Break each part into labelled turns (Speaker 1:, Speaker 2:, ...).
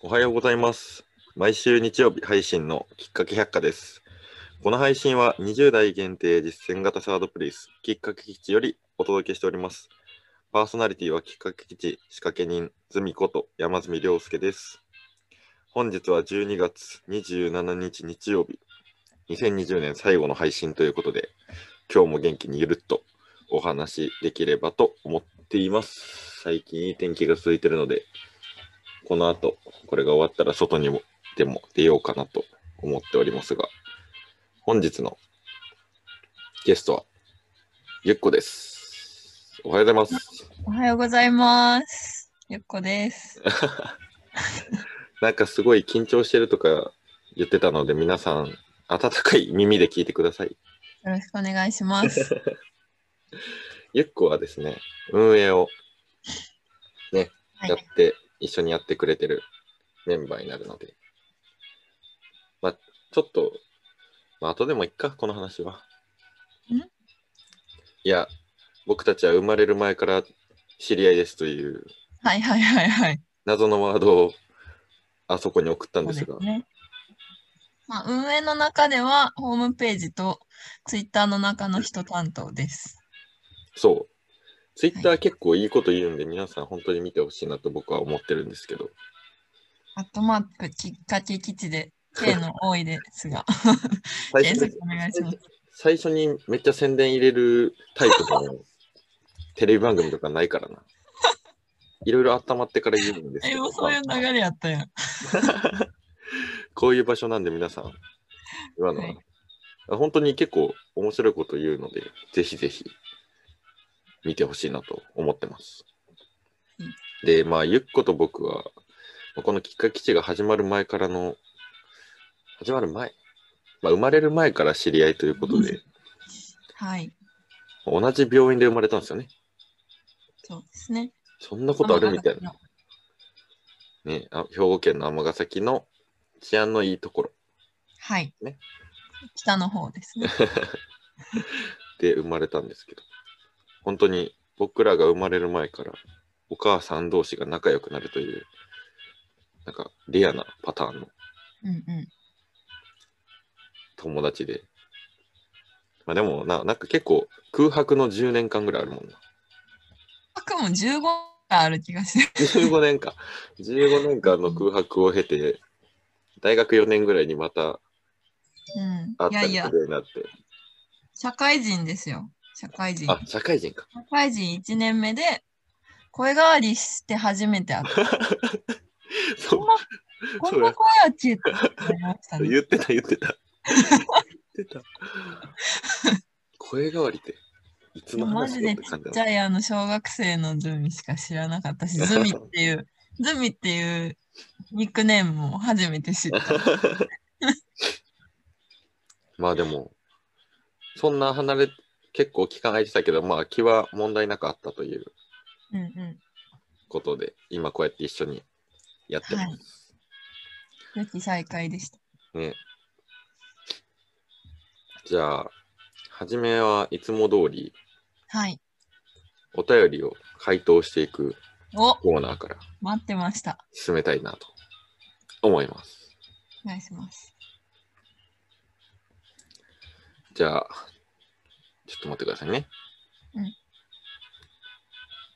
Speaker 1: おはようございます。毎週日曜日配信のきっかけ百科です。この配信は20代限定実践型サードプレイス、きっかけ基地よりお届けしております。パーソナリティはきっかけ基地仕掛け人、ズミこと山住良介です。本日は12月27日日曜日、2020年最後の配信ということで、今日も元気にゆるっとお話しできればと思っています。最近いい天気が続いているので、この後、これが終わったら外にもでも出ようかなと思っておりますが、本日のゲストは、ゆっこです。おはようございます。
Speaker 2: おはようございます。ゆっこです。
Speaker 1: なんかすごい緊張してるとか言ってたので、皆さん、温かい耳で聞いてください。
Speaker 2: よろしくお願いします。
Speaker 1: ゆっこはですね、運営を
Speaker 2: は
Speaker 1: やっ
Speaker 2: い、
Speaker 1: て、一緒にやってくれてるメンバーになるので、まあ、ちょっと、まあ、後でもいっか、この話は。
Speaker 2: ん
Speaker 1: いや、僕たちは生まれる前から知り合いですという
Speaker 2: はいはいはいはい。
Speaker 1: 謎のワードをあそこに送ったん
Speaker 2: そう
Speaker 1: で
Speaker 2: ですす
Speaker 1: が、
Speaker 2: ね。まあ、運営の中ではホームページとツイッターの中の人担当です。
Speaker 1: そう。ツイッター結構いいこと言うんで、皆さん本当に見てほしいなと僕は思ってるんですけど、
Speaker 2: アットマークきっかけ基地で K の多いで すが、
Speaker 1: 最
Speaker 2: 検
Speaker 1: 初に
Speaker 2: 索お願いします。
Speaker 1: 最初にめっちゃ宣伝入れるタイプのテレビ番組とかないからな。 いろいろ温まってから言うんです
Speaker 2: え、
Speaker 1: け
Speaker 2: もう
Speaker 1: ど、
Speaker 2: そういう
Speaker 1: まあ
Speaker 2: 流れやったやん。
Speaker 1: こういう場所なんで皆さん、今のは、
Speaker 2: はい
Speaker 1: 本当に結構面白いこと言うので、ぜひぜひ見てほしいなと思ってます。で、まあ、ゆっこと僕は、このきっかけ基地が始まる前からの、始まる前、まあ、生まれる前から知り合いということで、
Speaker 2: はい。
Speaker 1: 同じ病院で生まれたんですよね。
Speaker 2: そうですね。
Speaker 1: そんなことあるみたい
Speaker 2: な。
Speaker 1: な。ね、あ兵庫県の尼崎の治安のいいところ
Speaker 2: はい。
Speaker 1: ね
Speaker 2: 北の方ですね。
Speaker 1: で生まれたんですけど、本当に僕らが生まれる前からお母さん同士が仲良くなるという、なんかレアなパターンの
Speaker 2: うんうん。
Speaker 1: 友達で。まあでもな、なんか結構空白の10年間ぐらいあるもんな。
Speaker 2: 悪も15ある気がして。
Speaker 1: 15年か。15年間の空白を経て、大学4年ぐらいにまた
Speaker 2: う
Speaker 1: 会
Speaker 2: ん。
Speaker 1: っ
Speaker 2: いや
Speaker 1: たりす
Speaker 2: いや
Speaker 1: る、ようになって。
Speaker 2: 社会人ですよ。社会人。
Speaker 1: あ、社会人か。
Speaker 2: 社会人1年目で、声変わりして初めて 会った。
Speaker 1: そう
Speaker 2: こん。な、こんな声やっちって思いまし たね。
Speaker 1: 言ってた言ってた。言ってた。声変わりって、いつの
Speaker 2: マ
Speaker 1: 話
Speaker 2: ジ
Speaker 1: だって
Speaker 2: でち
Speaker 1: 感
Speaker 2: っ
Speaker 1: じ
Speaker 2: ち
Speaker 1: だ
Speaker 2: ゃいあの小学生のズミしか知らなかったし、ズミっ ていう、ズミっていうニックネームも初めて知った。
Speaker 1: まあでも、そんな離れ、結構期間空いてたけど、まあ気は問題なくあったという
Speaker 2: うんう
Speaker 1: ことで、今こうやって一緒にやってます。
Speaker 2: はいん。良き再会でした。
Speaker 1: ね。じゃあ、初めはいつも通り
Speaker 2: はい。
Speaker 1: お便りを回答していく
Speaker 2: お
Speaker 1: コーナーから
Speaker 2: 待ってました。
Speaker 1: 進めたいなと思います。
Speaker 2: お願いします。
Speaker 1: じゃあ、ちょっと待ってくださいね。
Speaker 2: うん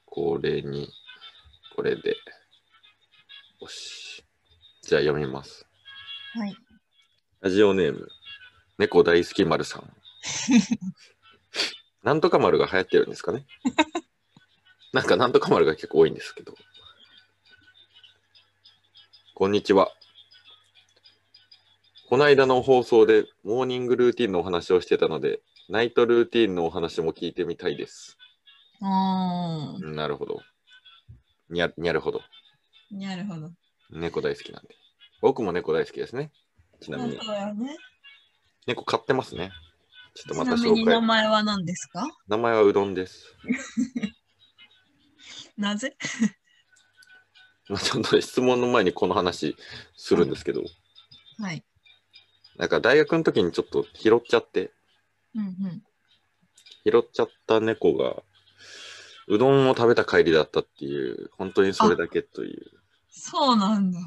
Speaker 1: これに、これで。よし。じゃあ読みます。
Speaker 2: はい。
Speaker 1: ラジオネーム、猫大好き丸 さん。なんとか丸が流行ってるんですか ねなんかなんとか丸が結構多いんですけど。こんにちは。この間の放送でモーニングルーティンのお話をしてたので、ナイトルーティンのお話も聞いてみたいです。
Speaker 2: おー。
Speaker 1: なるほど。にゃにゃるほど。
Speaker 2: なるほど。
Speaker 1: 猫大好きなんで。僕も猫大好きですね。ちなみに。
Speaker 2: だよね。
Speaker 1: 猫飼ってますね。ちょっ
Speaker 2: ち
Speaker 1: とまた
Speaker 2: なみ
Speaker 1: 紹
Speaker 2: に名
Speaker 1: 介。
Speaker 2: 前は何ですか
Speaker 1: 名前はうどんです。
Speaker 2: なぜ
Speaker 1: まあ、ちょっと質問の前にこの話するんですけど、
Speaker 2: はい。
Speaker 1: なんか大学の時にちょっと拾っちゃって、
Speaker 2: うんうん。
Speaker 1: 拾っちゃった猫が、うどんを食べた帰りだったっていう、本当にそれだけという。
Speaker 2: そうなんだ。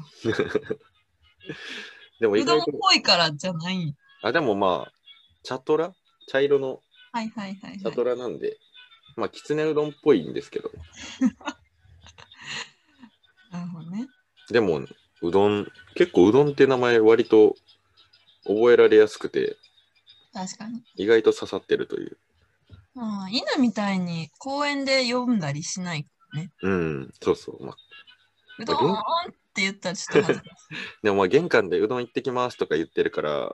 Speaker 1: でも意
Speaker 2: うどん
Speaker 1: 外
Speaker 2: っ
Speaker 1: と、
Speaker 2: ぽいからじゃない。
Speaker 1: あ、でもまあ、茶トラ茶色の
Speaker 2: はいはいはい、
Speaker 1: 茶
Speaker 2: はい
Speaker 1: ト。ラなんで、まあ、きつねうどんっぽいんですけど、
Speaker 2: なるほどね。
Speaker 1: でも、うどん、結構うどんって名前割と覚えられやすくて、
Speaker 2: 確かに。
Speaker 1: 意外と刺さってるという。
Speaker 2: まあ、犬みたいに公園で読んだりしない。
Speaker 1: うん、そうそう。まあ、
Speaker 2: うどんって言ったらちょっと恥ずかし
Speaker 1: でもまあ玄関でうどん行ってきますとか言ってるから、
Speaker 2: うん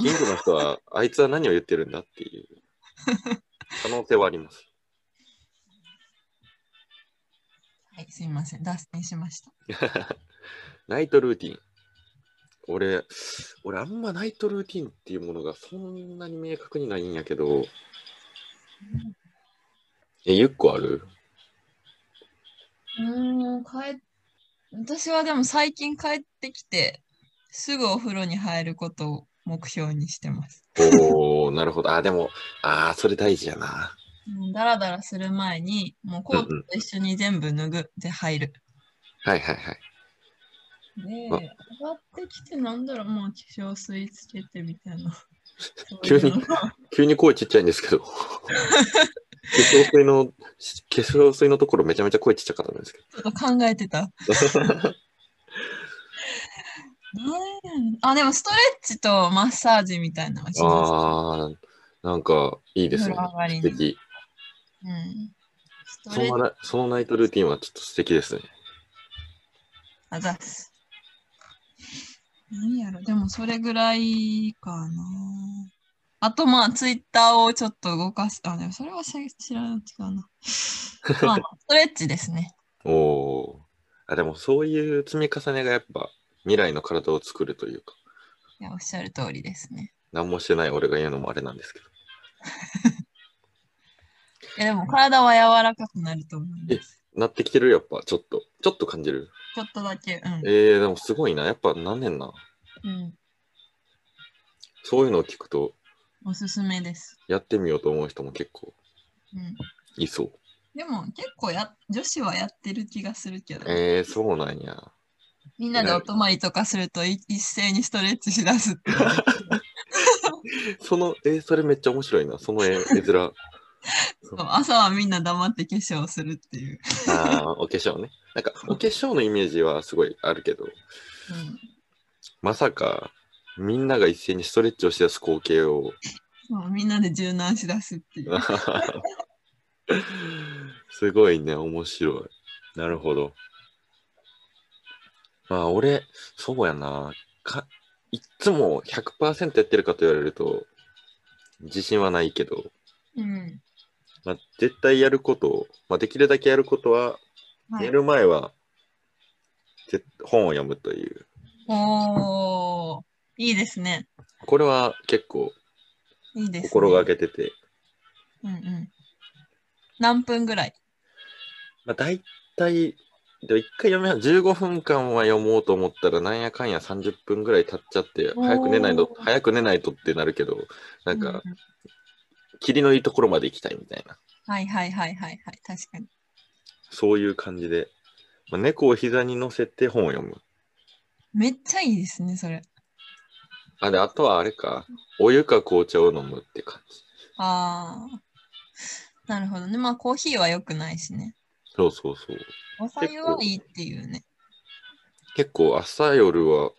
Speaker 1: 近所の人は、あいつは何を言ってるんだっていう可能性はあります。
Speaker 2: い。はい、すみません。脱線しました。
Speaker 1: ナイトルーティン。俺、俺あんまナイトルーティンっていうものがそんなに明確にないんやけど、え、ゆっこある
Speaker 2: うーん、帰っ私はでも最近帰ってきて、すぐお風呂に入ることを目標にしてます。
Speaker 1: おー、なるほど。あ、でも、あー、それ大事やな。
Speaker 2: うんダラダラする前に、もうコートと一緒に全部脱ぐで入る。
Speaker 1: はいはいはい。
Speaker 2: で、上
Speaker 1: あ
Speaker 2: がってきて、なんだろう、もう化粧水つけてみたいな。
Speaker 1: 急に
Speaker 2: そういうのが
Speaker 1: 急に声ちっちゃいんですけど。化粧水の、化粧水のところめちゃめちゃ声ちっちゃかったんですけ
Speaker 2: ちょっと考え てた。なん
Speaker 1: ど。
Speaker 2: やねんあ、でもストレッチとマッサージみたいなのはしま
Speaker 1: ああ、なんかいいですね
Speaker 2: 風呂上が。り
Speaker 1: 素
Speaker 2: に
Speaker 1: 敵。
Speaker 2: す。うん。スト
Speaker 1: そ
Speaker 2: レッ
Speaker 1: の
Speaker 2: チ、
Speaker 1: なそのナイトルーティンはちょっと素敵ですね。
Speaker 2: あざっす。何やろ、でもそれぐらいかな。あとまあ、ツイッターをちょっと動かす。あ、でもそれはし知らな い、違うな。まあ、ストレッチですね。
Speaker 1: おおー。あ、でもそういう積み重ねがやっぱ未来の体を作るというか、
Speaker 2: いや、おっしゃる通りですね。
Speaker 1: 何もしてない俺が言うのもあれなんですけど。
Speaker 2: いや、でも体は柔らかくなると思います。
Speaker 1: なってきてるやっぱちょっと、ちょっと感じる。
Speaker 2: ちょっとだけ。うん。
Speaker 1: ええー、でもすごいな。やっぱ何年な。
Speaker 2: うん、
Speaker 1: そういうのを聞くと、
Speaker 2: おすすめです。
Speaker 1: やってみようと思う人も結構
Speaker 2: うん、
Speaker 1: いそう。
Speaker 2: でも結構や女子はやってる気がするけど、
Speaker 1: ええー、そうなんや。
Speaker 2: みんなでお泊まりとかするとい一斉にストレッチしだすっていう。
Speaker 1: その、えー、それめっちゃ面白いな。その絵絵面。
Speaker 2: そう朝はみんな黙って化粧するっていう。
Speaker 1: ああ、お化粧ね。なんか、お化粧のイメージはすごいあるけど、
Speaker 2: うん
Speaker 1: まさか、みんなが一斉にストレッチをしだす光景を。
Speaker 2: そうみんなで柔軟しだすっていう。
Speaker 1: すごいね、面白い。なるほど。まあ、俺、そうやな。かいっつも100%やってるかと言われると、自信はないけど、
Speaker 2: うん。
Speaker 1: まあ、絶対やることを、まあ、できるだけやることは、
Speaker 2: はい
Speaker 1: 寝、る前は、ぜ本を読むという。
Speaker 2: おー、いいですね。
Speaker 1: これは結構
Speaker 2: いいです、ね。
Speaker 1: 心がけてて、
Speaker 2: うんうん。何分ぐらい
Speaker 1: まあ、大体、でも一回読めない15分間は読もうと思ったら、なんやかんや30分ぐらい経っちゃって、
Speaker 2: おー
Speaker 1: 早く寝ないと、早く寝ないとってなるけど、なん
Speaker 2: う
Speaker 1: か、
Speaker 2: う
Speaker 1: 霧のいいところまで行きたいみたいな、
Speaker 2: はいはいはいはいはい。確かに。
Speaker 1: そういう感じで、まあ、猫を膝に乗せて本を読む。
Speaker 2: めっちゃいいですね、それ。
Speaker 1: あ、で、あとはあれか、お湯か紅茶を飲むって感じ。
Speaker 2: ああ。なるほどね。まあコーヒーは良くないしね。
Speaker 1: そうそうそう。
Speaker 2: お茶湯はいいっていうね。
Speaker 1: 結構朝夜は、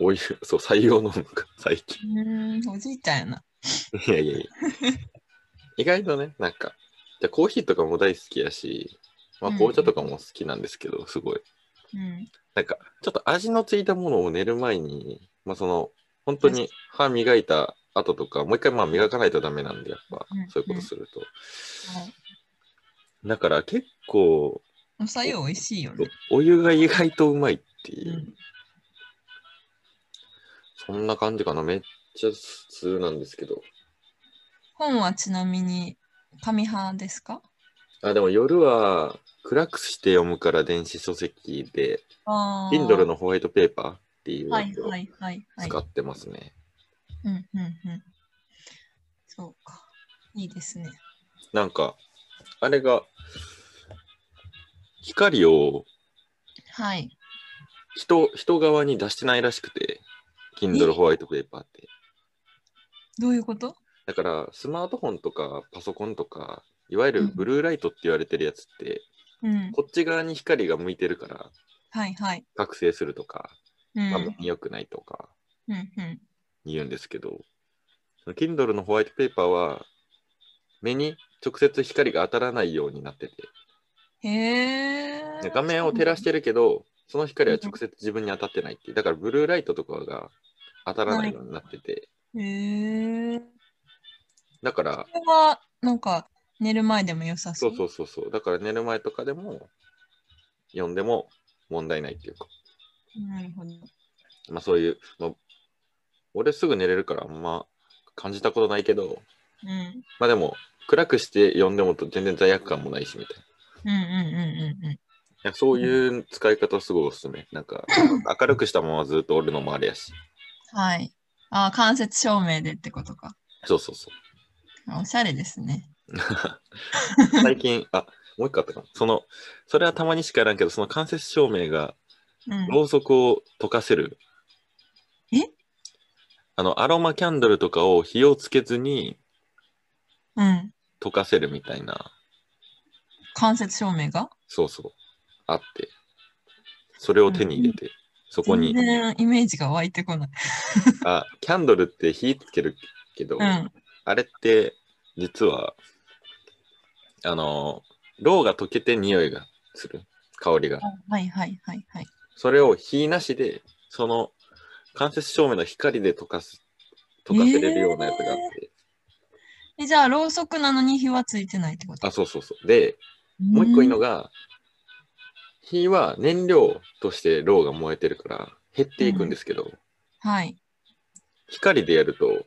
Speaker 1: お湯、そう、採用飲むか、最近。
Speaker 2: うーん、おじいちゃんやな。
Speaker 1: いやいやいや。意外とね、なんか、じゃあコーヒーとかも大好きやし、まあ、
Speaker 2: うん
Speaker 1: 紅茶とかも好きなんですけど、すごい。
Speaker 2: うん。
Speaker 1: なんか、ちょっと味のついたものを寝る前に、まあ、その、本当に歯磨いた後とか、もう一回まあ磨かないとダメなんで、やっぱ
Speaker 2: うん、
Speaker 1: そういうことすると。
Speaker 2: はい
Speaker 1: だから結構、
Speaker 2: お茶湯美味しいよね。
Speaker 1: お湯が意外とうまいって
Speaker 2: う
Speaker 1: いう、
Speaker 2: ん。
Speaker 1: そんな感じかな。めっちゃ普通なんですけど。
Speaker 2: 本はちなみに紙派ですか
Speaker 1: あ、でも夜は暗くして読むから電子書籍で、
Speaker 2: ああ。
Speaker 1: Kindle のホワイトペーパーっていう
Speaker 2: は
Speaker 1: や
Speaker 2: い
Speaker 1: つを
Speaker 2: はいはいはい。
Speaker 1: 使ってますね。
Speaker 2: うんうんうん。そうか。いいですね。
Speaker 1: なんか、あれが、光を
Speaker 2: はい。
Speaker 1: 人、人側に出してないらしくて、Kindle ホワイトペーパーって。
Speaker 2: どういうこと
Speaker 1: だから、スマートフォンとかパソコンとか、いわゆるブルーライトって言われてるやつって、
Speaker 2: うん。
Speaker 1: こっち側に光が向いてるから、
Speaker 2: はいはい。
Speaker 1: 覚醒するとか、
Speaker 2: うん。
Speaker 1: まあ、目に良くないとか
Speaker 2: うんうん。
Speaker 1: 言うんですけど、その Kindle のホワイトペーパーは、目に直接光が当たらないようになってて、
Speaker 2: へえ。
Speaker 1: で画面を照らしてるけど、その光は直接自分に当たってないっていう、だからブルーライトとかが当たらないようになってて、
Speaker 2: へえ。
Speaker 1: だから
Speaker 2: こ、れは、なんか、寝る前でも良さ
Speaker 1: そ
Speaker 2: そ。
Speaker 1: ううそうそうそう、だから寝る前とかでも読んでも問題ないっていうか、
Speaker 2: なるほど。
Speaker 1: まあそういう、まあ、俺すぐ寝れるからあんま感じたことないけど、
Speaker 2: うん。
Speaker 1: まあでも暗くして読んでも全然罪悪感もないしみたいな。
Speaker 2: うんうんうんうんうん。
Speaker 1: いやそういう使い方すごいおすすめ。なんか明るくしたままずっとおるのもあれやし。
Speaker 2: はい。あー、間接照明でってことか。
Speaker 1: そうそうそう。
Speaker 2: あおしゃれですね。
Speaker 1: 最近、あもう一個あったかも。その、それはたまにしかやらんけど、その間接照明が
Speaker 2: うん。
Speaker 1: ろうそくを溶かせる。
Speaker 2: え
Speaker 1: あの、アロマキャンドルとかを火をつけずに
Speaker 2: うん。
Speaker 1: 溶かせるみたいな、
Speaker 2: 間接照明が
Speaker 1: そうそう、あって、それを手に入れて、そこ
Speaker 2: 全
Speaker 1: に、
Speaker 2: 然イメージが湧いてこない。
Speaker 1: あ、キャンドルって火つけるけど、
Speaker 2: うん。
Speaker 1: あれって、実は、あの、ろうが溶けて匂いがする、香りが。
Speaker 2: はいはいはいはい。
Speaker 1: それを火なしで、その間接照明の光で溶かす、溶かせれるようなやつがあって。
Speaker 2: えじゃあ、ろうそくなのに火はついてないってこと
Speaker 1: あ、そうそうそう。で、もう一個いいの
Speaker 2: が。
Speaker 1: が、火は燃料としてろうが燃えてるから減っていくんですけど、
Speaker 2: はい。
Speaker 1: 光でやると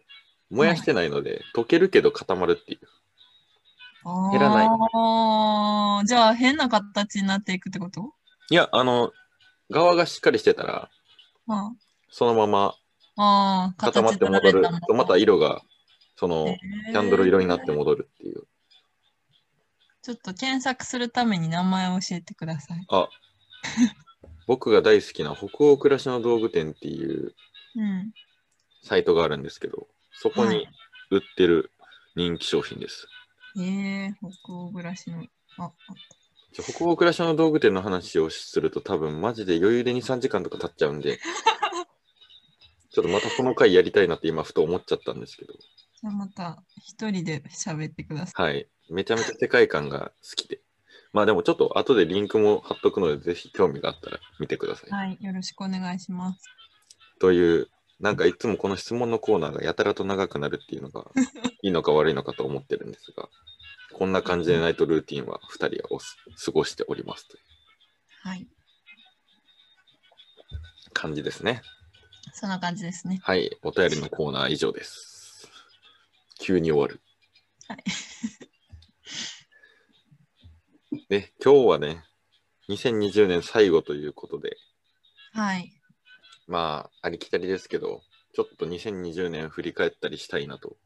Speaker 1: 燃やしてないので、溶けるけど固まるっていう。減らない
Speaker 2: あーじゃあ、変な形になっていくってこと
Speaker 1: いや、あの、側がしっかりしてたら、
Speaker 2: あ
Speaker 1: そのまま
Speaker 2: あー、
Speaker 1: 固まって戻る。また色が、その、キ
Speaker 2: キ
Speaker 1: ャンドル色になって戻るっていう。
Speaker 2: ちょっと検索するために名前を教えてください。
Speaker 1: あ僕が大好きな北欧暮らしの道具店っていう
Speaker 2: うん。
Speaker 1: サイトがあるんですけど、そこに売ってる人気商品です。
Speaker 2: ええ北欧暮らしの。あ、あ
Speaker 1: じゃあ北欧暮らしの道具店の話をすると多分マジで余裕で2、3時間とか経っちゃうんで、ちょっとまたこの回やりたいなって今ふと思っちゃったんですけど、
Speaker 2: じゃあまた一人で喋ってくださ
Speaker 1: はい。めちゃめちゃ世界観が好きで。まあでもちょっと後でリンクも貼っとくので、ぜひ興味があったら見てください
Speaker 2: い。。はい、よろしくお願いします。
Speaker 1: という、なんかいつもこの質問のコーナーがやたらと長くなるっていうのがいいのか悪いのかと思ってるんですが、こんな感じでナイトルーティンは2人はおす過ごしておりますという
Speaker 2: はい、
Speaker 1: 感じですね。
Speaker 2: そんな感じですね。
Speaker 1: はい、お便りのコーナー以上です。急に終わる。
Speaker 2: はい
Speaker 1: で、今日はね、2020年最後ということで、
Speaker 2: はい。
Speaker 1: まあ、ありきたりですけど、ちょっと2020年振り返ったりしたいなと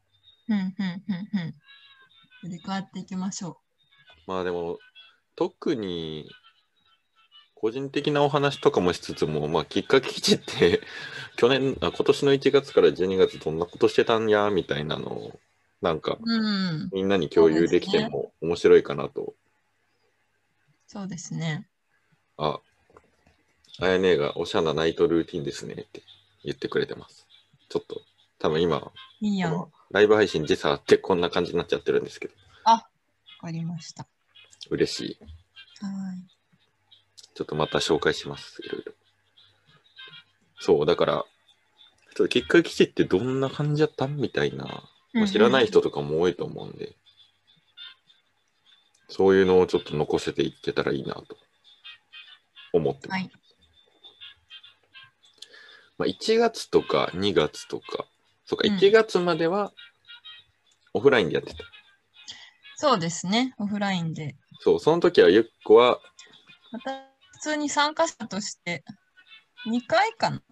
Speaker 2: うん、うん、うん、うん。振り返っていきましょ
Speaker 1: まあでも、特に、個人的なお話とかもしつつも、まあ、きっかけ基地って、 去年、あ今年の1月から12月どんなことしてたんや、みたいなのを、なんか、
Speaker 2: う。うん、
Speaker 1: みんなに共有できても面白いかなと。
Speaker 2: そうですね。
Speaker 1: あ、あやねえがおしゃなナイトルーティンですねって言ってくれてます。ちょっと、多分今、
Speaker 2: いいやん。
Speaker 1: こ
Speaker 2: わ
Speaker 1: のライブ配信時差あってこんな感じになっちゃってるんですけど、
Speaker 2: かりました。
Speaker 1: 嬉しい。
Speaker 2: はい。
Speaker 1: ちょっとまた紹介します、いろいろ。そう、だから、ちょっと結果基地ってどんな感じだったんみたいな、まあ知らない人とかも多いと思うんで、そういうのをちょっと残せていけたらいいなと思ってます。
Speaker 2: はい
Speaker 1: まあ、1月とか2月とか、そうか、
Speaker 2: うん
Speaker 1: 1月まではオフラインでやってた。
Speaker 2: そうですね。オフラインで。
Speaker 1: そう、その時はゆっこは、
Speaker 2: また、普通に参加者として、2回かな。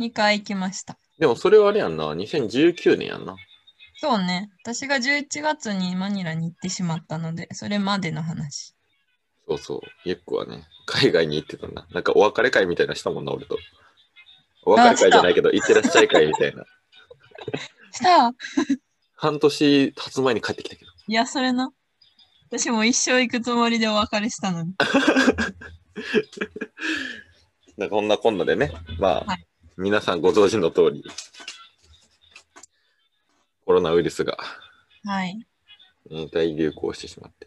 Speaker 2: 2回行きました。
Speaker 1: でもそれはあれやんな、2019年やんな。
Speaker 2: そうね。私が11月にマニラに行ってしまったので、それまでの話。
Speaker 1: そうそう。ゆっこはね、海外に行ってたんだ。なんかお別れ会みたいなのしたもんな、俺と。お別れ会じゃないけど、行ってらっしゃい会みたいな。
Speaker 2: した
Speaker 1: 半年経つ前に帰ってきたけど。
Speaker 2: いや、それな。私も一生行くつもりでお別れしたのに。
Speaker 1: なんかこんなこんなでね、まあ、
Speaker 2: は
Speaker 1: 皆さんご存知の通り、コロナウイルスが
Speaker 2: はい。
Speaker 1: えー大流行してしまって。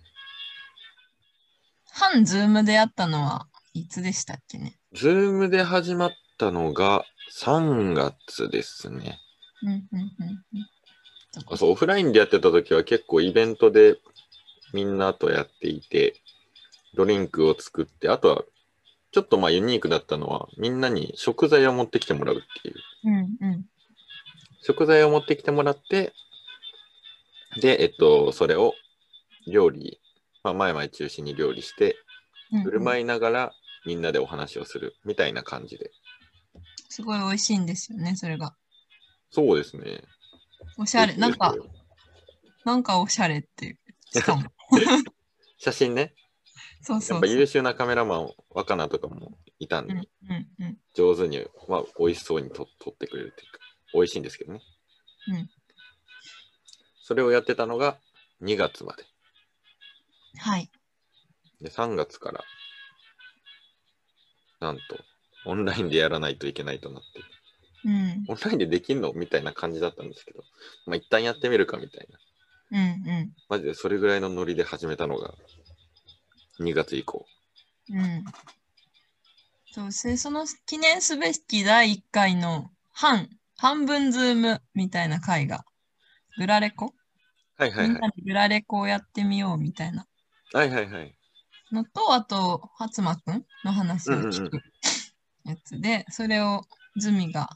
Speaker 2: 半ズームでやったのはいつでしたっけね。
Speaker 1: ズームで始まったのが3月ですね。
Speaker 2: うんうんうんうん。
Speaker 1: あそうオフラインでやってた時は結構イベントでみんなとやっていて、ドリンクを作って、あとはちょっとまあユニークだったのは、みんなに食材を持ってきてもらうっていう。
Speaker 2: うんうん。
Speaker 1: 食材を持ってきてもらって、で、えっと、それを料理、まあ、前々中心に料理して、
Speaker 2: うんうん
Speaker 1: 振る舞いながらみんなでお話をするみたいな感じで。
Speaker 2: すごい美味しいんですよね、それが。
Speaker 1: そうですね。
Speaker 2: おしゃれ。なんか、なんかおしゃれっていう。しかも。
Speaker 1: 写真ね。
Speaker 2: そうそ
Speaker 1: やっ
Speaker 2: う
Speaker 1: ぱ
Speaker 2: そう。
Speaker 1: 優秀なカメラマン、若菜とかもいたん
Speaker 2: う
Speaker 1: で、
Speaker 2: んうんうん。
Speaker 1: 上手に、まあ、美味しそうにと撮ってくれるっていうか、美味しいんですけどね。
Speaker 2: うん
Speaker 1: それをやってたのが2月まで。
Speaker 2: はい。
Speaker 1: で、3月から、なんと、オンラインでやらないといけないとなって、
Speaker 2: うん
Speaker 1: オンラインでできんのみたいな感じだったんですけど、まあ、一旦やってみるかみたいな。
Speaker 2: うんう
Speaker 1: マジでそれぐらいのノリで始めたのが、2月以降。
Speaker 2: んうん。そうせその記念すべき第1回の半、半分ズームみたいな回が、グラレコ、
Speaker 1: はいはい
Speaker 2: みん
Speaker 1: は。
Speaker 2: ないでグラレコをやってみようみたいな
Speaker 1: はいはいはい。
Speaker 2: のと、あと、はつまくんの話を聞くやつで、それをズミが、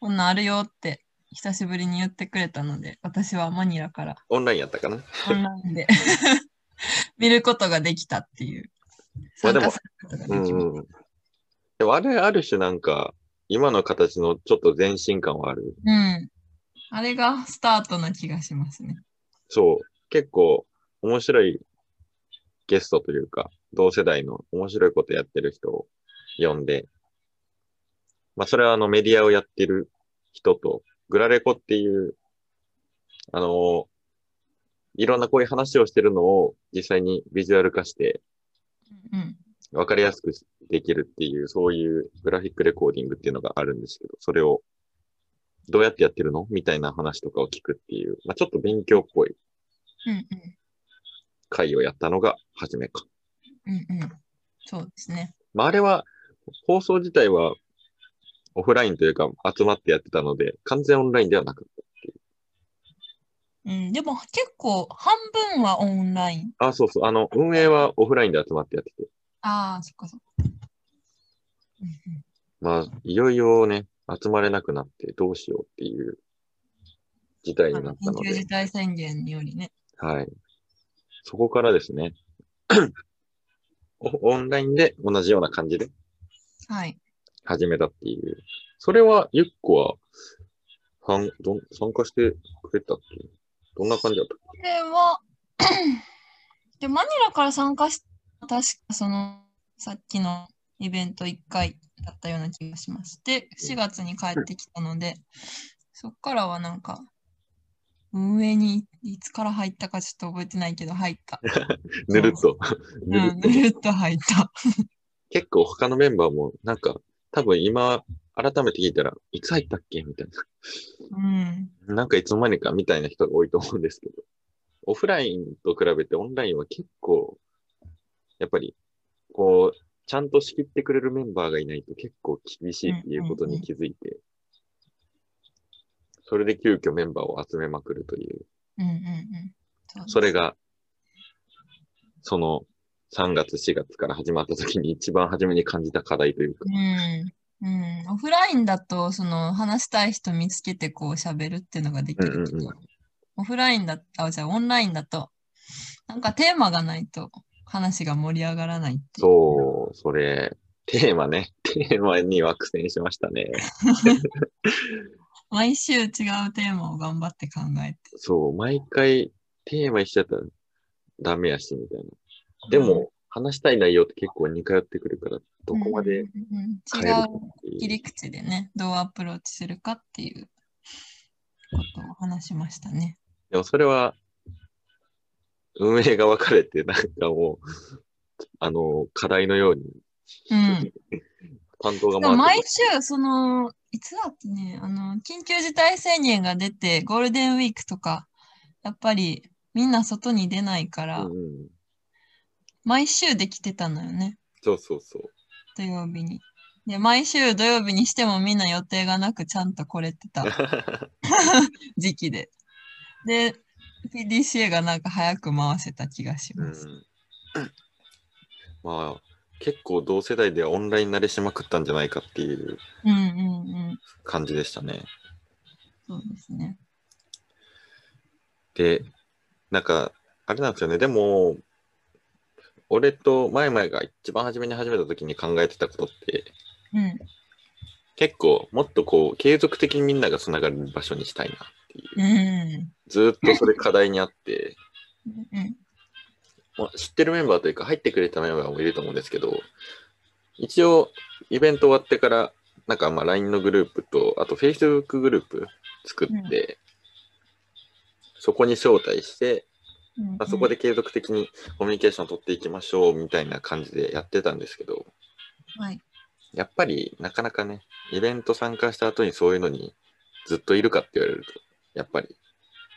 Speaker 2: こんなんあるよって久しぶりに言ってくれたので、私はマニラから
Speaker 1: オンラインやったかな。
Speaker 2: オンライ ンで見ることができたっていう。
Speaker 1: まあでも
Speaker 2: 参加することがで
Speaker 1: う
Speaker 2: きました
Speaker 1: んうん。でもあれ、ある種なんか、今の形のちょっと前進感はある。
Speaker 2: うん。あれがスタートな気がしますね。
Speaker 1: そう。結構面白いゲストというか、同世代の面白いことやってる人を呼んで、まあそれはあのメディアをやってる人と、グラレコっていう、あの、いろんなこういう話をしてるのを実際にビジュアル化して
Speaker 2: うん。
Speaker 1: 分かりやすくできるっていう、そういうグラフィックレコーディングっていうのがあるんですけど、それをどうやってやってるのみたいな話とかを聞くっていう、まあちょっと勉強っぽい
Speaker 2: うん
Speaker 1: 会をやったのが初めか。
Speaker 2: うん。うんうん。そうですね。
Speaker 1: まあ、あれは、放送自体はオフラインというか集まってやってたので、完全オンラインではなく
Speaker 2: うん、でも結構半分はオンライン。
Speaker 1: あ、そうそう。あの、運営はオフラインで集まってやってて。
Speaker 2: ああ、そっかそっか。うんうん
Speaker 1: まあ、いよいよね、集まれなくなってどうしようっていう事態になった
Speaker 2: 緊
Speaker 1: の
Speaker 2: 急
Speaker 1: で
Speaker 2: 事、態宣言によりね。
Speaker 1: はい。そこからですね、 オオンラインで同じような感じで
Speaker 2: はい。
Speaker 1: 始めたっていう。それは、ゆっこは、参どん参加してくれたっけどんな感じだった
Speaker 2: これは、 で、マニラから参加した、確かその、さっきのイベント1回だったような気がします。で、4月に帰ってきたので、そっからはなんか、運営にいつから入ったかちょっと覚えてないけど、入った。
Speaker 1: ぬるっと。
Speaker 2: う
Speaker 1: ぬるっと
Speaker 2: ん、ぬるっと入った。
Speaker 1: 結構他のメンバーも、なんか、多分今、改めて聞いたら、いつ入ったっけみたい
Speaker 2: うん。
Speaker 1: な。なんかいつの間にかみたいな人が多いと思うんですけど。オフラインと比べてオンラインは結構、やっぱり、こう、ちゃんと仕切ってくれるメンバーがいないと結構厳しいっていうことに気づいて、それで急遽メンバーを集めまくるという、
Speaker 2: うんうんうん。うです
Speaker 1: それ。が、その3月4月から始まった時に一番初めに感じた課題というか、
Speaker 2: うん。うん、オフラインだと、その話したい人見つけてこう喋るっていうのができるけど、
Speaker 1: うんうんう
Speaker 2: オフラインだあ、じゃあオンラインだと、なんかテーマがないと話が盛り上がらないっていう。
Speaker 1: そう、それ、テーマね。テーマには苦戦しましたね。
Speaker 2: 毎週違うテーマを頑張って考えて。
Speaker 1: そう、毎回テーマ一緒だったらダメやし、みたいな。でも、話したい内容って結構似通ってくるから、どこまで
Speaker 2: うんうんうん
Speaker 1: 変える
Speaker 2: 違
Speaker 1: か
Speaker 2: う
Speaker 1: っていう
Speaker 2: 切り口でね、どうアプローチするかっていうことを話しましたね。
Speaker 1: でもそれは、運営が分かれて、なんかもう、 あの、課題のように、
Speaker 2: うん。
Speaker 1: 担当が
Speaker 2: でも
Speaker 1: 回
Speaker 2: 毎
Speaker 1: って
Speaker 2: 週、その、いつだっけね、あの、緊急事態宣言が出て、ゴールデンウィークとか、やっぱりみんな外に出ないか
Speaker 1: た
Speaker 2: ら、
Speaker 1: うんうん、
Speaker 2: 毎週できてたのよね、
Speaker 1: そうそう そう。
Speaker 2: 土曜日に。で、毎週土曜日にしてもみんな予定がなくちゃんと来れてた時期で。で、PDCA がなんか早く回せた気がし
Speaker 1: う
Speaker 2: ます。
Speaker 1: ん、まあ、結構同世代ではオンライン慣れしまくったんじゃないかっていう
Speaker 2: うんうんうん。
Speaker 1: 感じでしたね。
Speaker 2: そうですね。
Speaker 1: で、なんか、あれなんですよね。でも、俺と前々が一番初めに始めた時に考えてたことって、
Speaker 2: うん。
Speaker 1: 結構もっとこう継続的にみんながつながる場所にしたいなっていう。
Speaker 2: うん。
Speaker 1: ずーっとそれ課題にあって、
Speaker 2: うん。
Speaker 1: まあ、知ってるメンバーというか入ってくれたメンバーもいると思うんですけど、一応イベント終わってから、なんかまあ LINE のグループと、あと Facebook グループ作って、そこに招待して、
Speaker 2: うん
Speaker 1: まあ、そこで。継続的にコミュニケーションを取っていきましょうみたいな感じでやってたんですけど、
Speaker 2: はい。
Speaker 1: やっぱりなかなかね、イベント参加した後にそういうのにずっといるかって言われると、やっぱり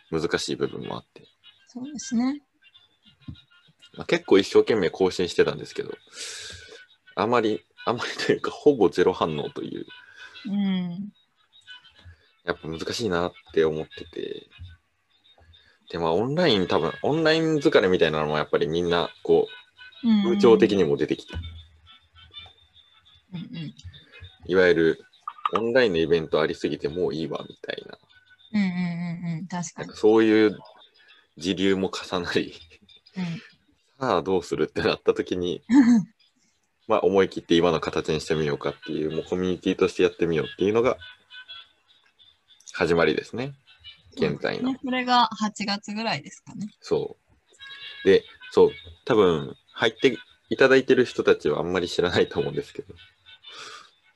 Speaker 1: 難しい部分もあって、
Speaker 2: そうですね。
Speaker 1: まあ、結構一生懸命更新してたんですけど、あまり、あまりというか、ほぼゼロ反応という、
Speaker 2: うん。
Speaker 1: やっぱ難しいなって思ってて、で、まあオンライン多分、オンライン疲れみたいなのもやっぱりみんな、こう、風潮的
Speaker 2: に。
Speaker 1: にも出てきて、
Speaker 2: うんうん。
Speaker 1: いわゆるオンラインのイベントありすぎてもういいわみたいな、
Speaker 2: うんうんうんうん。確か
Speaker 1: なん
Speaker 2: に
Speaker 1: か。そういう時流も重なり、 さあどうするってなった時に、
Speaker 2: うん。
Speaker 1: まあ、思い切って今の形にしてみようかっていう、もうコミュニティとしてやってみようっていうのが始まりですね。現在の
Speaker 2: ね。それが8月ぐらいですかね。
Speaker 1: そう。で、そう、多分入っていただいてる人たちはあんまり知らないと思うんですけど、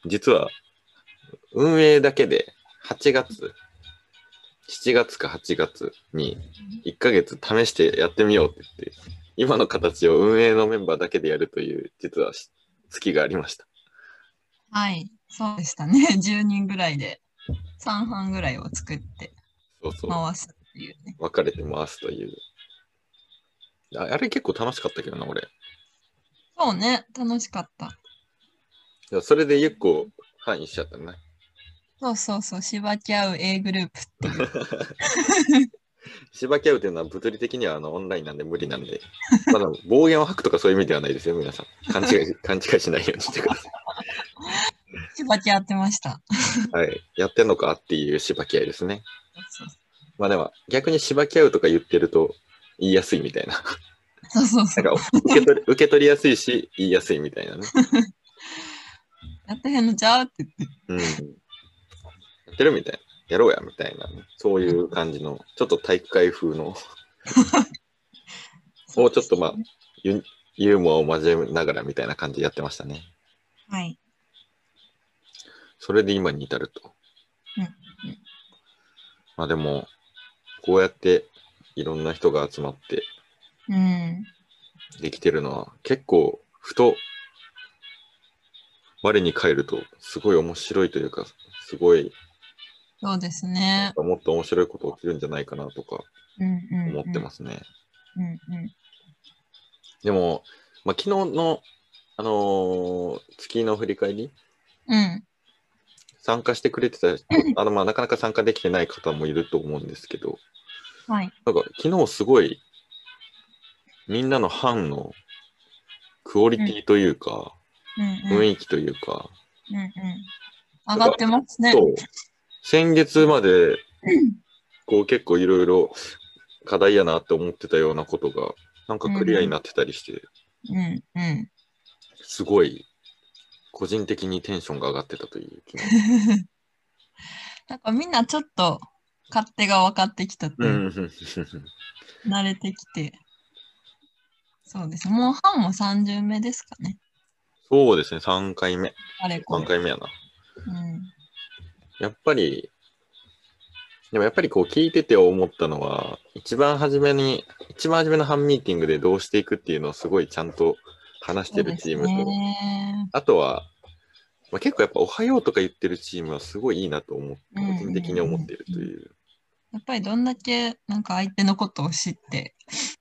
Speaker 1: 実は運営だけで8月、7月か8月に1ヶ月試してやってみようって言って、今の形を運営のメンバーだけでやるという、実はし月がありました。
Speaker 2: はい。そうでしたね。10人ぐらいで3班ぐらいを作って
Speaker 1: そうそう。
Speaker 2: 回すっていうね。
Speaker 1: 分かれて回すという。ああれ結構楽しかったけどな、俺。
Speaker 2: そうね。楽しかった。
Speaker 1: いやそれで結構範囲しちゃったね。
Speaker 2: そうそうそう。しばき合う A グループっていう。
Speaker 1: しばき合うというのは物理的にはあのオンラインなんで無理なんで、ただ暴言を吐くとかそういう意味ではないですよ、皆さん。勘違いし勘違いしないようにしてくださ
Speaker 2: しばき合ってました。
Speaker 1: い。はい。やってんのかっていうしばき合いですね。
Speaker 2: そう
Speaker 1: まあでも逆にしばき合うとか言ってると言いやすいみたいな。
Speaker 2: そうそうそ
Speaker 1: な。
Speaker 2: うん
Speaker 1: か受け取り受け取りやすいし、言いやすいみたいなね。
Speaker 2: やってへんのちゃうって言って。
Speaker 1: うん。やってるみたいな。やろうやみたいな、ね。そういう感じの、ちょっと体育会風のもうちょっとまあユユーモアを交えながらみたいな感じでやってましたね。
Speaker 2: あ。はい。
Speaker 1: それで今に至ると。
Speaker 2: うんうん
Speaker 1: まあでも、こうやっていろんな人が集まって
Speaker 2: うん。
Speaker 1: できてるのは結構ふと我に返るとすごい面白いというか、すごい
Speaker 2: そうです
Speaker 1: なん
Speaker 2: ね。
Speaker 1: かもっと面白いこと起きるんじゃないかなとか
Speaker 2: うんうん、うん。。
Speaker 1: 思ってますすね。
Speaker 2: うんうん。
Speaker 1: でも、まあ、昨日の、あのー月の振り返り
Speaker 2: うん。
Speaker 1: 参加してくれてた 人、あのまあなかなか参加できてない方もいると思うんですけど、
Speaker 2: はい。
Speaker 1: なんか昨日すごい、みんなの班のクオリティというか、
Speaker 2: うんうん。
Speaker 1: 雰囲気というか、
Speaker 2: うんうん。上がってますね。
Speaker 1: そう先月まで、こう結構いろいろ課題やなって思ってたようなことが、なんかクリアになってたりして、
Speaker 2: うんうん。
Speaker 1: すごい、個人的にテンションが上がってたという気が。
Speaker 2: なんかみんなちょっと勝手が分かってきたっていうう、
Speaker 1: ん
Speaker 2: 慣れてきて、そうですね。もう半も30目ですかね。
Speaker 1: そうですね、3回目。
Speaker 2: あれこ
Speaker 1: 3
Speaker 2: れ。
Speaker 1: 回目やな。
Speaker 2: うん。
Speaker 1: やっぱり、でもやっぱりこう聞いてて思ったのは、一番初めに、一番初めの班ミーティングでどうしていくっていうのをすごいちゃんと話してるチームと、
Speaker 2: そうですね
Speaker 1: あとは、まあ、結構やっぱおはようとか言ってるチームはすごいいいなと思って、
Speaker 2: う
Speaker 1: 個
Speaker 2: ん
Speaker 1: 人的に思っているという。
Speaker 2: やっぱりどんだけなんか相手のことを知って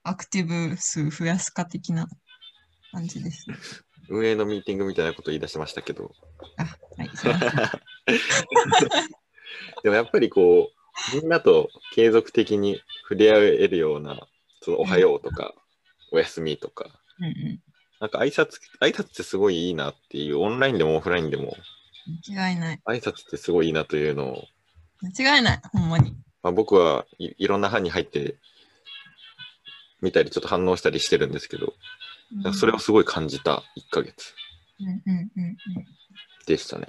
Speaker 2: アクティブ数増やすか的な感じですね。
Speaker 1: 運営のミーティングみたいなこと言い出しましたけど、
Speaker 2: あ、はい、す いません
Speaker 1: でもやっぱりこう、みんなと継続的に触れ合えるような、そのおはようとか、おやすみとか、
Speaker 2: うんう
Speaker 1: なんか挨拶、挨拶ってすごいいいなっていう、オンラインでもオフラインでも、
Speaker 2: ん。間違いない。
Speaker 1: 挨拶ってすごいいいなというのを、
Speaker 2: 間違いない。ほんまに。
Speaker 1: まあ、僕はいいろんな班に入って、見たり、ちょっと反応したりしてるんですけど、なんかそれをすごい感じた1ヶ月
Speaker 2: うんうんうんうん。
Speaker 1: でしたね。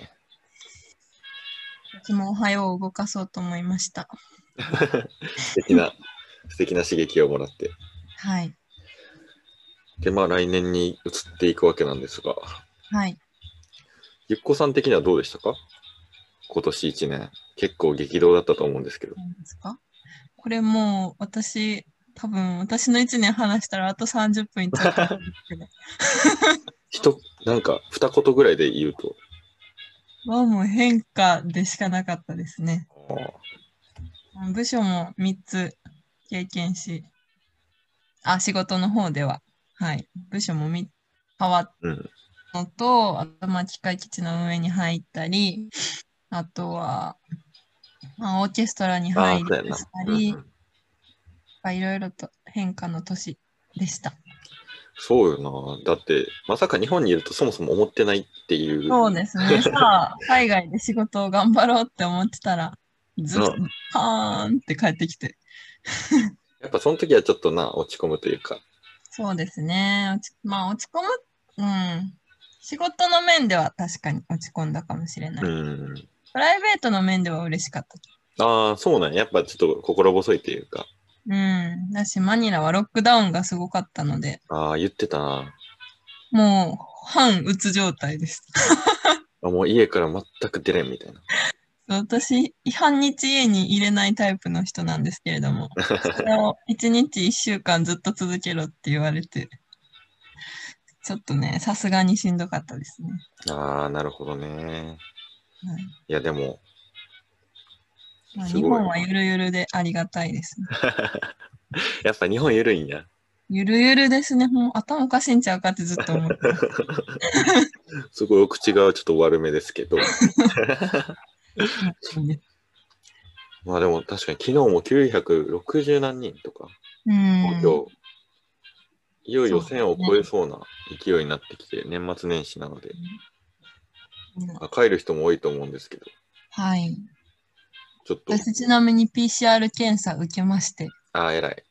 Speaker 2: 私もおはようを動かそうと思いました。
Speaker 1: 素敵な、素敵な刺激をもらって。
Speaker 2: はい。
Speaker 1: で、まあ来年に移っていくわけなんですが、
Speaker 2: はい。
Speaker 1: ゆっこさん的にはどうでしたか今年1年。結構激動だったと思うんですけど。
Speaker 2: 何ですかこれもう私、多分私の1年話したらあと30分いっちゃったんです けど。
Speaker 1: 人、なんか二言ぐらいで言うと、
Speaker 2: はもう変化でしかなかったですね。
Speaker 1: ああ
Speaker 2: 部署も3つ経験し、あ、仕事の方では、はい、部署も3つ変わっ
Speaker 1: うん。
Speaker 2: たのと、あと、まあ、機械基地の上に入ったり、あとは、まあ、オーケストラに
Speaker 1: ああ、
Speaker 2: 入
Speaker 1: そう
Speaker 2: り
Speaker 1: やな
Speaker 2: した。
Speaker 1: うん
Speaker 2: り、
Speaker 1: う
Speaker 2: ま
Speaker 1: ん
Speaker 2: あいろいろと変化の年でした。
Speaker 1: そうよな。だって、まさか日本にいるとそもそも思ってないっていう。
Speaker 2: そうで すね。さあ、海外で仕事を頑張ろうって思ってたら、ずっと
Speaker 1: うん、
Speaker 2: パーンって帰ってきて。
Speaker 1: やっぱその時はちょっとな、落ち込むというか。
Speaker 2: そうですね。落ちまあ、落ち込む、うん。仕事の面では確かに落ち込んだかもしれない。
Speaker 1: うん。
Speaker 2: プライベートの面では嬉しかった。
Speaker 1: ああ、そうなんや。やっぱちょっと心細いというか。
Speaker 2: うん。だし、マニラはロックダウンがすごかったので、
Speaker 1: ああ、言ってたな。
Speaker 2: もう、半うつ状態です。
Speaker 1: あもう家から全く出れんみたいな。
Speaker 2: 私、半日家に入れないタイプの人なんですけれども、それを1日1週間ずっと続けろって言われて、ちょっとね、さすがにしんどかったですね。
Speaker 1: ああ、なるほどね。
Speaker 2: はい
Speaker 1: いや、でも、
Speaker 2: まあ、
Speaker 1: すごい
Speaker 2: 日本はゆるゆるでありがたいですね。
Speaker 1: やっぱ日本緩いんや。
Speaker 2: ゆるゆるですね。もう頭おかしいんちゃうかってずっ と思って。
Speaker 1: すごいお口がちょっと悪めですけ ど。まあでも確かに昨日も960何人とか、
Speaker 2: うん
Speaker 1: 東。京、いよいよ
Speaker 2: そう
Speaker 1: 1000を超えそうな勢いになってきて、年末年始なので、まあ帰る人も多いと思うんですけど、
Speaker 2: はい。
Speaker 1: ちょっと、
Speaker 2: 私ちなみに PCR 検査受けまして、
Speaker 1: ああ、偉い、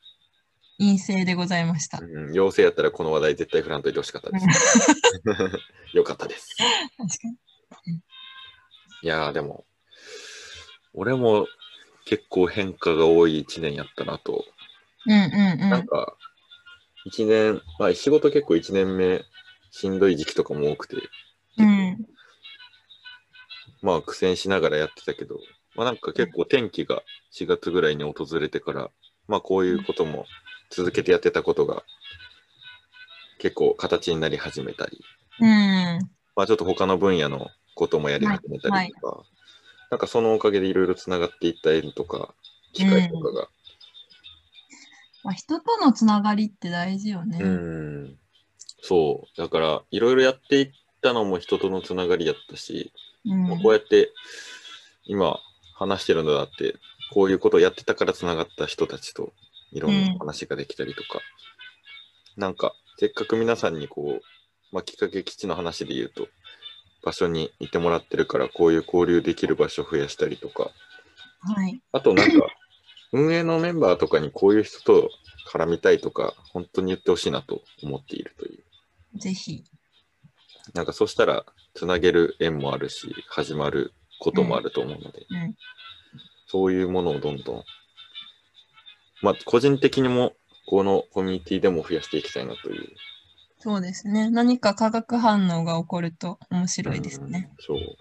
Speaker 2: 陰性でございました。
Speaker 1: うん。陽性やったらこの話題絶対振らんといてほしかった です。よかったです。
Speaker 2: 確かに。
Speaker 1: いやーでも、俺も結構変化が多い1年やったなと。
Speaker 2: うんうんう
Speaker 1: なん
Speaker 2: ん。
Speaker 1: か、1年、まあ仕事結構1年目しんどい時期とかも多くて、
Speaker 2: うん、
Speaker 1: まあ苦戦しながらやってたけど、まあなんか結構天気が4月ぐらいに訪れてから、まあこういうことも続けてやってたことが結構形になり始めたり、
Speaker 2: うん、
Speaker 1: まあちょっと他の分野のこともやり始めたりとか、なんかそのおかげでいろいろつながっていった縁とか、機会とかが、
Speaker 2: まあ、人とのつながりって大事よね。
Speaker 1: うん、そう、だからいろいろやっていったのも人とのつながりやったし、
Speaker 2: うん
Speaker 1: もうこうやって今話してるのだって、こういうことをやってたからつながった人たちといろんな話ができたりとか、なんかせっかく皆さんにこう、まあ、きっかけ基地の話で言うと、場所にいてもらってるから、こういう交流できる場所を増やしたりとか、
Speaker 2: はい。
Speaker 1: あとなん か、運営のメンバーとかにこういう人と絡みたいとか、本当に言ってほしいなと思っているという。
Speaker 2: ぜひ。
Speaker 1: なんかそうしたら、つなげる縁もあるし、始まることもあると思うので、
Speaker 2: うんうん
Speaker 1: そういうものをどんどん、まあ、個人的にもこのコミュニティでも増やしていきたいなという。
Speaker 2: そうですね。何か化学反応が起こると面白いですね。
Speaker 1: うん。そう。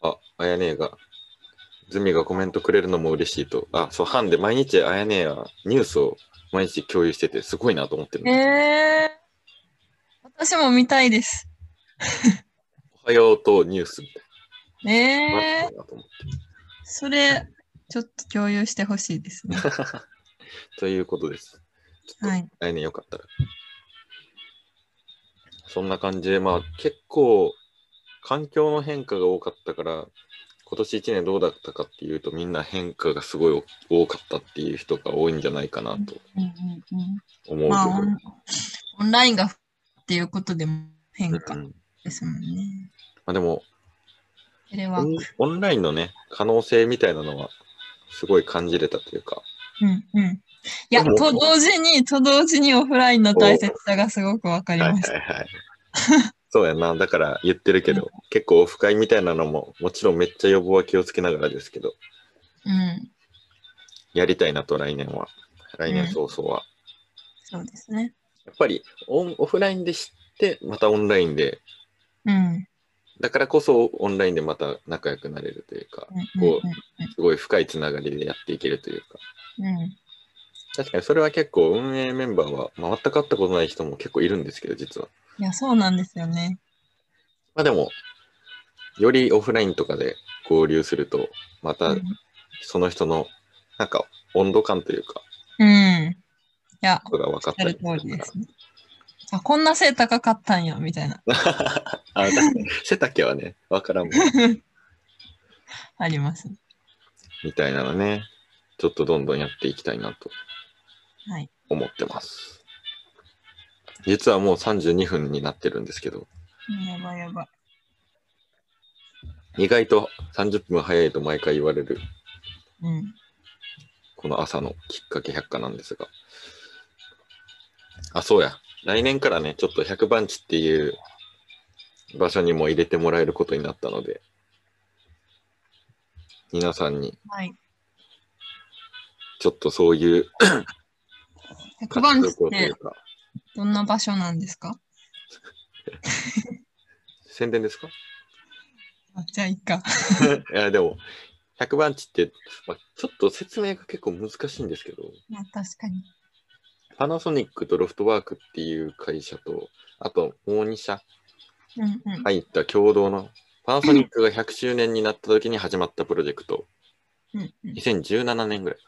Speaker 1: あ、あやねえが、ズミがコメントくれるのも嬉しいと。あ、そう、ハンで毎日あやねえはニュースを毎日共有してて、すごいなと思ってるんです。
Speaker 2: えー、私も見たいです。
Speaker 1: おはようとニュースみたいな。
Speaker 2: えー、
Speaker 1: なと思って
Speaker 2: それ、ちょっと共有してほしいです ね。
Speaker 1: ということです。
Speaker 2: はい。
Speaker 1: 来年よかったら。そんな感じで、まあ結構環境の変化が多かったから、今年1年どうだったかっていうと、みんな変化がすごい多かったっていう人が多いんじゃないかなと
Speaker 2: うんうんうん
Speaker 1: 思うけど。
Speaker 2: まあ、オンオンラインがっていうことでも変化
Speaker 1: うんうんま
Speaker 2: ですもんね。
Speaker 1: あ、でも
Speaker 2: テレワ
Speaker 1: オ
Speaker 2: ー
Speaker 1: ン
Speaker 2: ク。、
Speaker 1: オンラインのね、可能性みたいなのはすごい感じれたというか、
Speaker 2: うんうん。いや、
Speaker 1: でも
Speaker 2: と同時に、と同時にオフラインの大切さがすごくわかり
Speaker 1: はいは
Speaker 2: ま
Speaker 1: い
Speaker 2: した。
Speaker 1: はい。 そうやな、だから言ってるけど、結構オフ会みたいなのも、もちろんめっちゃ予防は気をつけながらですけど、
Speaker 2: うん。
Speaker 1: やりたいなと来年は、来
Speaker 2: う
Speaker 1: 年
Speaker 2: ん
Speaker 1: 早々は。
Speaker 2: そうですね。
Speaker 1: やっぱりオンオフラインで知って、またオンラインで、
Speaker 2: うん。
Speaker 1: だからこそオンラインでまた仲良くなれるというか、
Speaker 2: うんうん
Speaker 1: すごい深いつながりでやっていけるというか、
Speaker 2: うんうん。
Speaker 1: 確かにそれは結構運営メンバーは、まあ、全く会ったことない人も結構いるんですけど、実は。
Speaker 2: いや、そうなんですよね。
Speaker 1: まあでも、よりオフラインとかで合流すると、ま
Speaker 2: う
Speaker 1: た
Speaker 2: ん。
Speaker 1: その人のなんか温度感というか、
Speaker 2: うんいや、
Speaker 1: ことが分かっ
Speaker 2: お
Speaker 1: た
Speaker 2: っ
Speaker 1: り
Speaker 2: しゃる通り
Speaker 1: か
Speaker 2: で
Speaker 1: ら
Speaker 2: すね。あ、こんな背高かったんや、みたいな、
Speaker 1: あ確かに背丈はね、分からんもん。
Speaker 2: あります。
Speaker 1: みたいなのね、ちょっとどんどんやっていきたいなと
Speaker 2: はい。
Speaker 1: 思ってます。実はもう32分になってるんですけど、
Speaker 2: やばいやばい。
Speaker 1: 意外と30分早いと毎回言われる、
Speaker 2: うん。
Speaker 1: この朝のきっかけ百科なんですが。あ、そうや。来年からね、ちょっと100番地っていう場所にも入れてもらえることになったので、皆さんに
Speaker 2: はい。
Speaker 1: ちょっとそういう
Speaker 2: 100番地っ
Speaker 1: 活動とい
Speaker 2: て
Speaker 1: うか、
Speaker 2: どんな場所なんですか
Speaker 1: 宣伝ですか
Speaker 2: あじゃあ、いいか。
Speaker 1: いやでも100番地って、まあ、ちょっと説明が結構難しいんですけど
Speaker 2: まあ、確かに。
Speaker 1: パナソニックとロフトワークっていう会社とあともう2社
Speaker 2: うんうん。
Speaker 1: 入った共同のパナソニックが100周年になった時に始まったプロジェクト
Speaker 2: うんうん
Speaker 1: 2017年ぐらい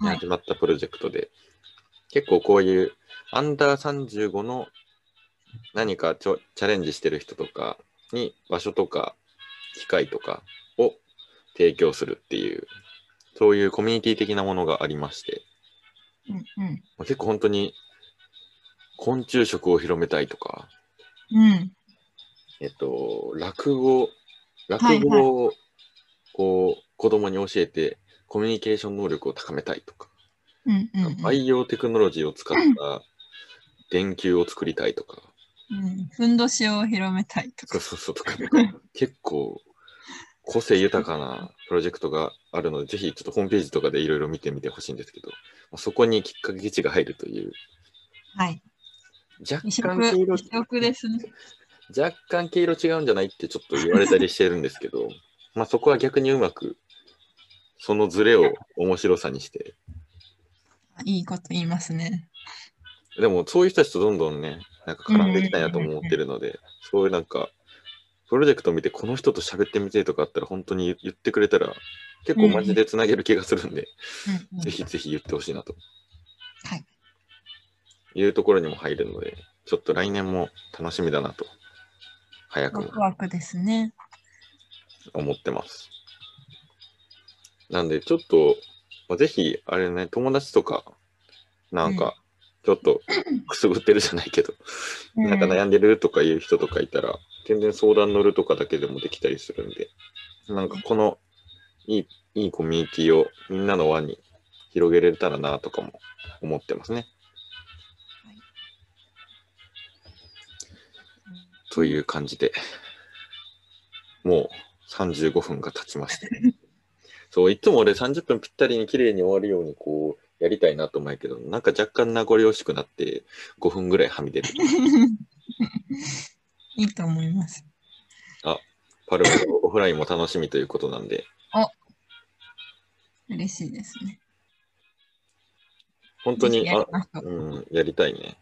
Speaker 1: に
Speaker 2: はい。
Speaker 1: 始まったプロジェクトで、結構こういうアンダー35の何かちょチャレンジしてる人とかに場所とか機会とかを提供するっていうそういうコミュニティ的なものがありまして
Speaker 2: うんうん。
Speaker 1: まあ結構本当に昆虫食を広めたいとか
Speaker 2: うん。
Speaker 1: えっと落語
Speaker 2: はい
Speaker 1: 落語をこう子供に教えてコミュニケーション能力を高めたいとか
Speaker 2: うんうんうん。
Speaker 1: 培養テクノロジーを使った電球を作りたいとか、
Speaker 2: うん。ふんどしを広めたいと
Speaker 1: そう
Speaker 2: か。
Speaker 1: そうそうとか、結構個性豊かなプロジェクトがあるので、ぜひちょっとホームページとかでいろいろ見てみてほしいんですけど、まあそこにきっかけ基地が入るという、
Speaker 2: はい。
Speaker 1: 若
Speaker 2: 移植、
Speaker 1: 干黄色
Speaker 2: 移植ですね。
Speaker 1: 若干黄色違うんじゃないってちょっと言われたりしてるんですけど、まあそこは逆にうまく、そのズレを面白さにして、
Speaker 2: いいこと言いますね。
Speaker 1: でもそういう人たちとどんどんね、なんか絡んでいきたいなと思ってるので、そういうなんか、プロジェクトを見て、この人と喋ってみてとかあったら、本当に言ってくれたら、結構マジでつなげる気がするんで、
Speaker 2: うんうん
Speaker 1: ぜひぜひ言ってほしいなと。
Speaker 2: はい。
Speaker 1: いうところにも入るので、ちょっと来年も楽しみだなと、早く
Speaker 2: ワ
Speaker 1: も
Speaker 2: クワクですね。
Speaker 1: 思ってます。なんで、ちょっと、まあぜひ、あれね、友達とか、なんか、ちょっとくすぶってるじゃないけど、なんか
Speaker 2: うん
Speaker 1: 悩んでるとかいう人とかいたら、全然相談乗るとかだけでもできたりするんで、なんかこのいいいいコミュニティをみんなの輪に広げれたらなとかも思ってますね。という感じで、もう35分が経ちました。そう、いつも俺30分ぴったりに綺麗に終わるようにこう、やりたいなと思うんやけど、なんか若干名残惜しくなって、5分ぐらいはみ出る。
Speaker 2: いいと思います。
Speaker 1: パルムのオフラインも楽しみということなんで、
Speaker 2: 嬉しいですね。
Speaker 1: 本当
Speaker 2: ぜひ
Speaker 1: に、
Speaker 2: やり
Speaker 1: あ
Speaker 2: ましょう
Speaker 1: うん、やりたいね。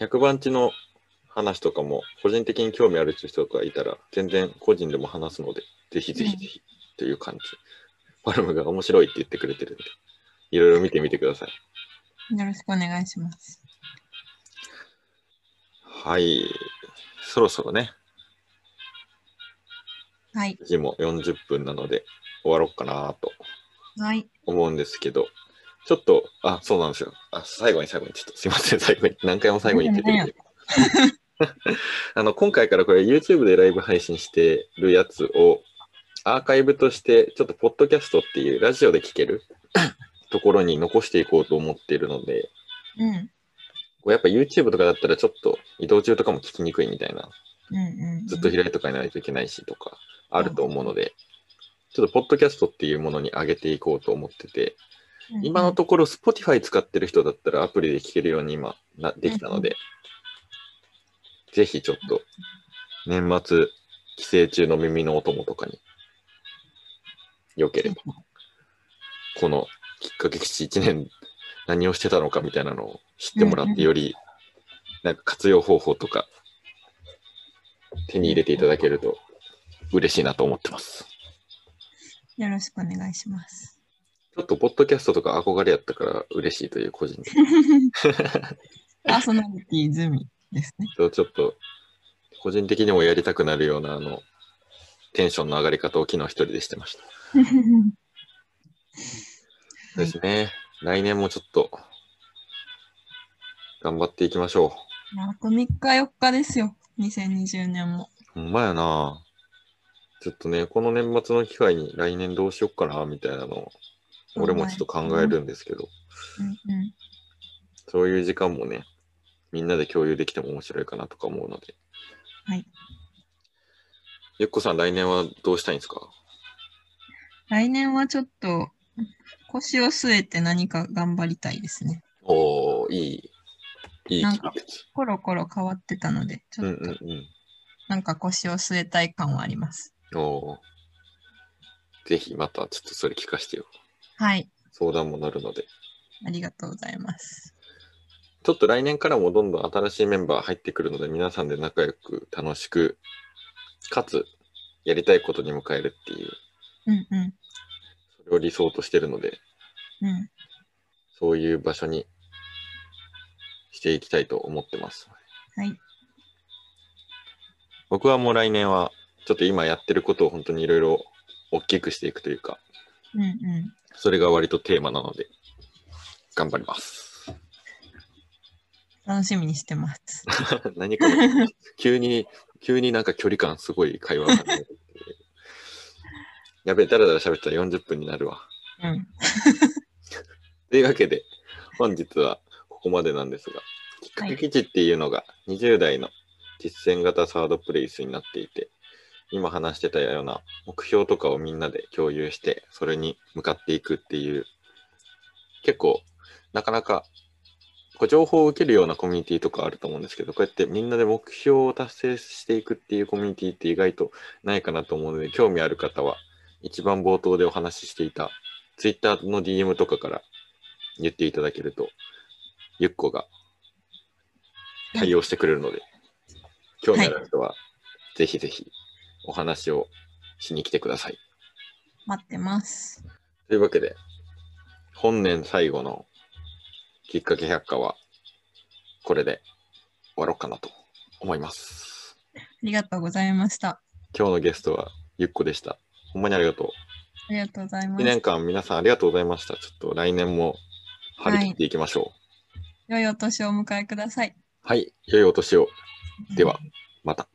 Speaker 1: 100番地の話とかも、個人的に興味あるっていう人がいたら、全然個人でも話すので、ぜひぜひぜひという感じ。パルムが面白いって言ってくれてるんで、いろいろ見てみてください。
Speaker 2: よろしくお願いします。
Speaker 1: はい。そろそろね、
Speaker 2: はい。
Speaker 1: 時も40分なので、終わろうかなと
Speaker 2: はい。
Speaker 1: 思うんですけど、ちょっと、あ、そうなんですよ。あ、最後に最後に、ちょっとすいません、最後に、何回も最後に言って
Speaker 2: いやい
Speaker 1: てる。 あの、今回からこれ YouTube でライブ配信してるやつを、アーカイブとして、ちょっと、ポッドキャストっていう、ラジオで聞け るところに残していこうと思ってるので、
Speaker 2: うん。
Speaker 1: こうやっぱ YouTube とかだったら、ちょっと移動中とかも聞きにくいみたいな
Speaker 2: うんうん、うん。
Speaker 1: ずっと開いとかないといけないしとかあると思うので、ちょっとポッドキャストっていうものに上げていこうと思ってて、
Speaker 2: うん
Speaker 1: 今のところ Spotify 使ってる人だったらアプリで聞けるように今なできたので、ぜひちょっと年末帰省中の耳のお供とかに良ければ、このきっかけ基地1年何をしてたのかみたいなのを知ってもら
Speaker 2: う
Speaker 1: っ
Speaker 2: んう
Speaker 1: て、
Speaker 2: ん
Speaker 1: よりなんか活用方法とか手に入れていただけると嬉しいなと思ってます。
Speaker 2: よろしくお願いします。
Speaker 1: ちょっとポッドキャストとか憧れやったから嬉しいという個人的な
Speaker 2: パーソナリティ済みで すね。
Speaker 1: とちょっと個人的にもやりたくなるようなあのテンションの上がり方を昨日一人でしてました。
Speaker 2: は
Speaker 1: で
Speaker 2: い
Speaker 1: すね。来年もちょっと頑張っていきましょ
Speaker 2: あと3日4日ですよ。2020年も。
Speaker 1: う。ほんまやな。ちょっとね、この年末の機会に来年どうしよっかなみたいなのを俺もちょっと考えるんですけど、
Speaker 2: うんうん。
Speaker 1: そういう時間もね、みんなで共有できても面白いかなとか思うので。
Speaker 2: はい。
Speaker 1: ゆっこさん、来年はどうしたいんですか
Speaker 2: 来年はちょっと腰を据えて何か頑張りたいですね。
Speaker 1: おー、いい。いい
Speaker 2: なん
Speaker 1: 企
Speaker 2: か
Speaker 1: 画。
Speaker 2: コロコロ変わってたので、ち
Speaker 1: うん
Speaker 2: ょっ
Speaker 1: う
Speaker 2: と
Speaker 1: んうん。
Speaker 2: なんか腰を据えたい感はあります。
Speaker 1: おーぜひまたちょっとそれ聞かせてよ。
Speaker 2: はい。
Speaker 1: 相談もなるので。
Speaker 2: ありがとうございます。
Speaker 1: ちょっと来年からもどんどん新しいメンバー入ってくるので、皆さんで仲良く楽しく、かつやりたいことに向かえるっていう、
Speaker 2: うんうん。
Speaker 1: それを理想としてるので、
Speaker 2: うん。
Speaker 1: そういう場所にしていきたいと思ってます。
Speaker 2: はい。
Speaker 1: 僕はもう来年は、ちょっと今やってることを本当にいろいろ大きくしていくというか、
Speaker 2: うんうん。
Speaker 1: それが割とテーマなので、頑張ります。
Speaker 2: 楽しみにしてます。
Speaker 1: 何かの急に、急になんか距離感すごい会話が始ま る。やべえ、だらだら喋ったら40分になるわ。
Speaker 2: うん。
Speaker 1: というわけで、本日はここまでなんですが、きっかけ記事っていうのが20代の実践型サードプレイスになっていて、今話してたような目標とかをみんなで共有して、それに向かっていくっていう、結構、なかなか、こう情報を受けるようなコミュニティとかあると思うんですけど、こうやってみんなで目標を達成していくっていうコミュニティって意外とないかなと思うので、興味ある方は、一番冒頭でお話ししていた、Twitter の DM とかから言っていただけると、ゆっこが対応してくれるので、興味ある人は、ぜひぜひお話をしに来てください。
Speaker 2: 待ってます。
Speaker 1: というわけで、本年最後のきっかけ百科は、これで終わろうかなと思います。
Speaker 2: ありがとうございました。
Speaker 1: 今日のゲストはゆっこでした。ほんまにありがと。
Speaker 2: ありがとうございうま
Speaker 1: 1
Speaker 2: す
Speaker 1: 年。間皆さんありがとうございました。ちょっと来年も張り切っていきましょう。
Speaker 2: 良いお年をお迎えください。
Speaker 1: はい、良いお年を。では、また。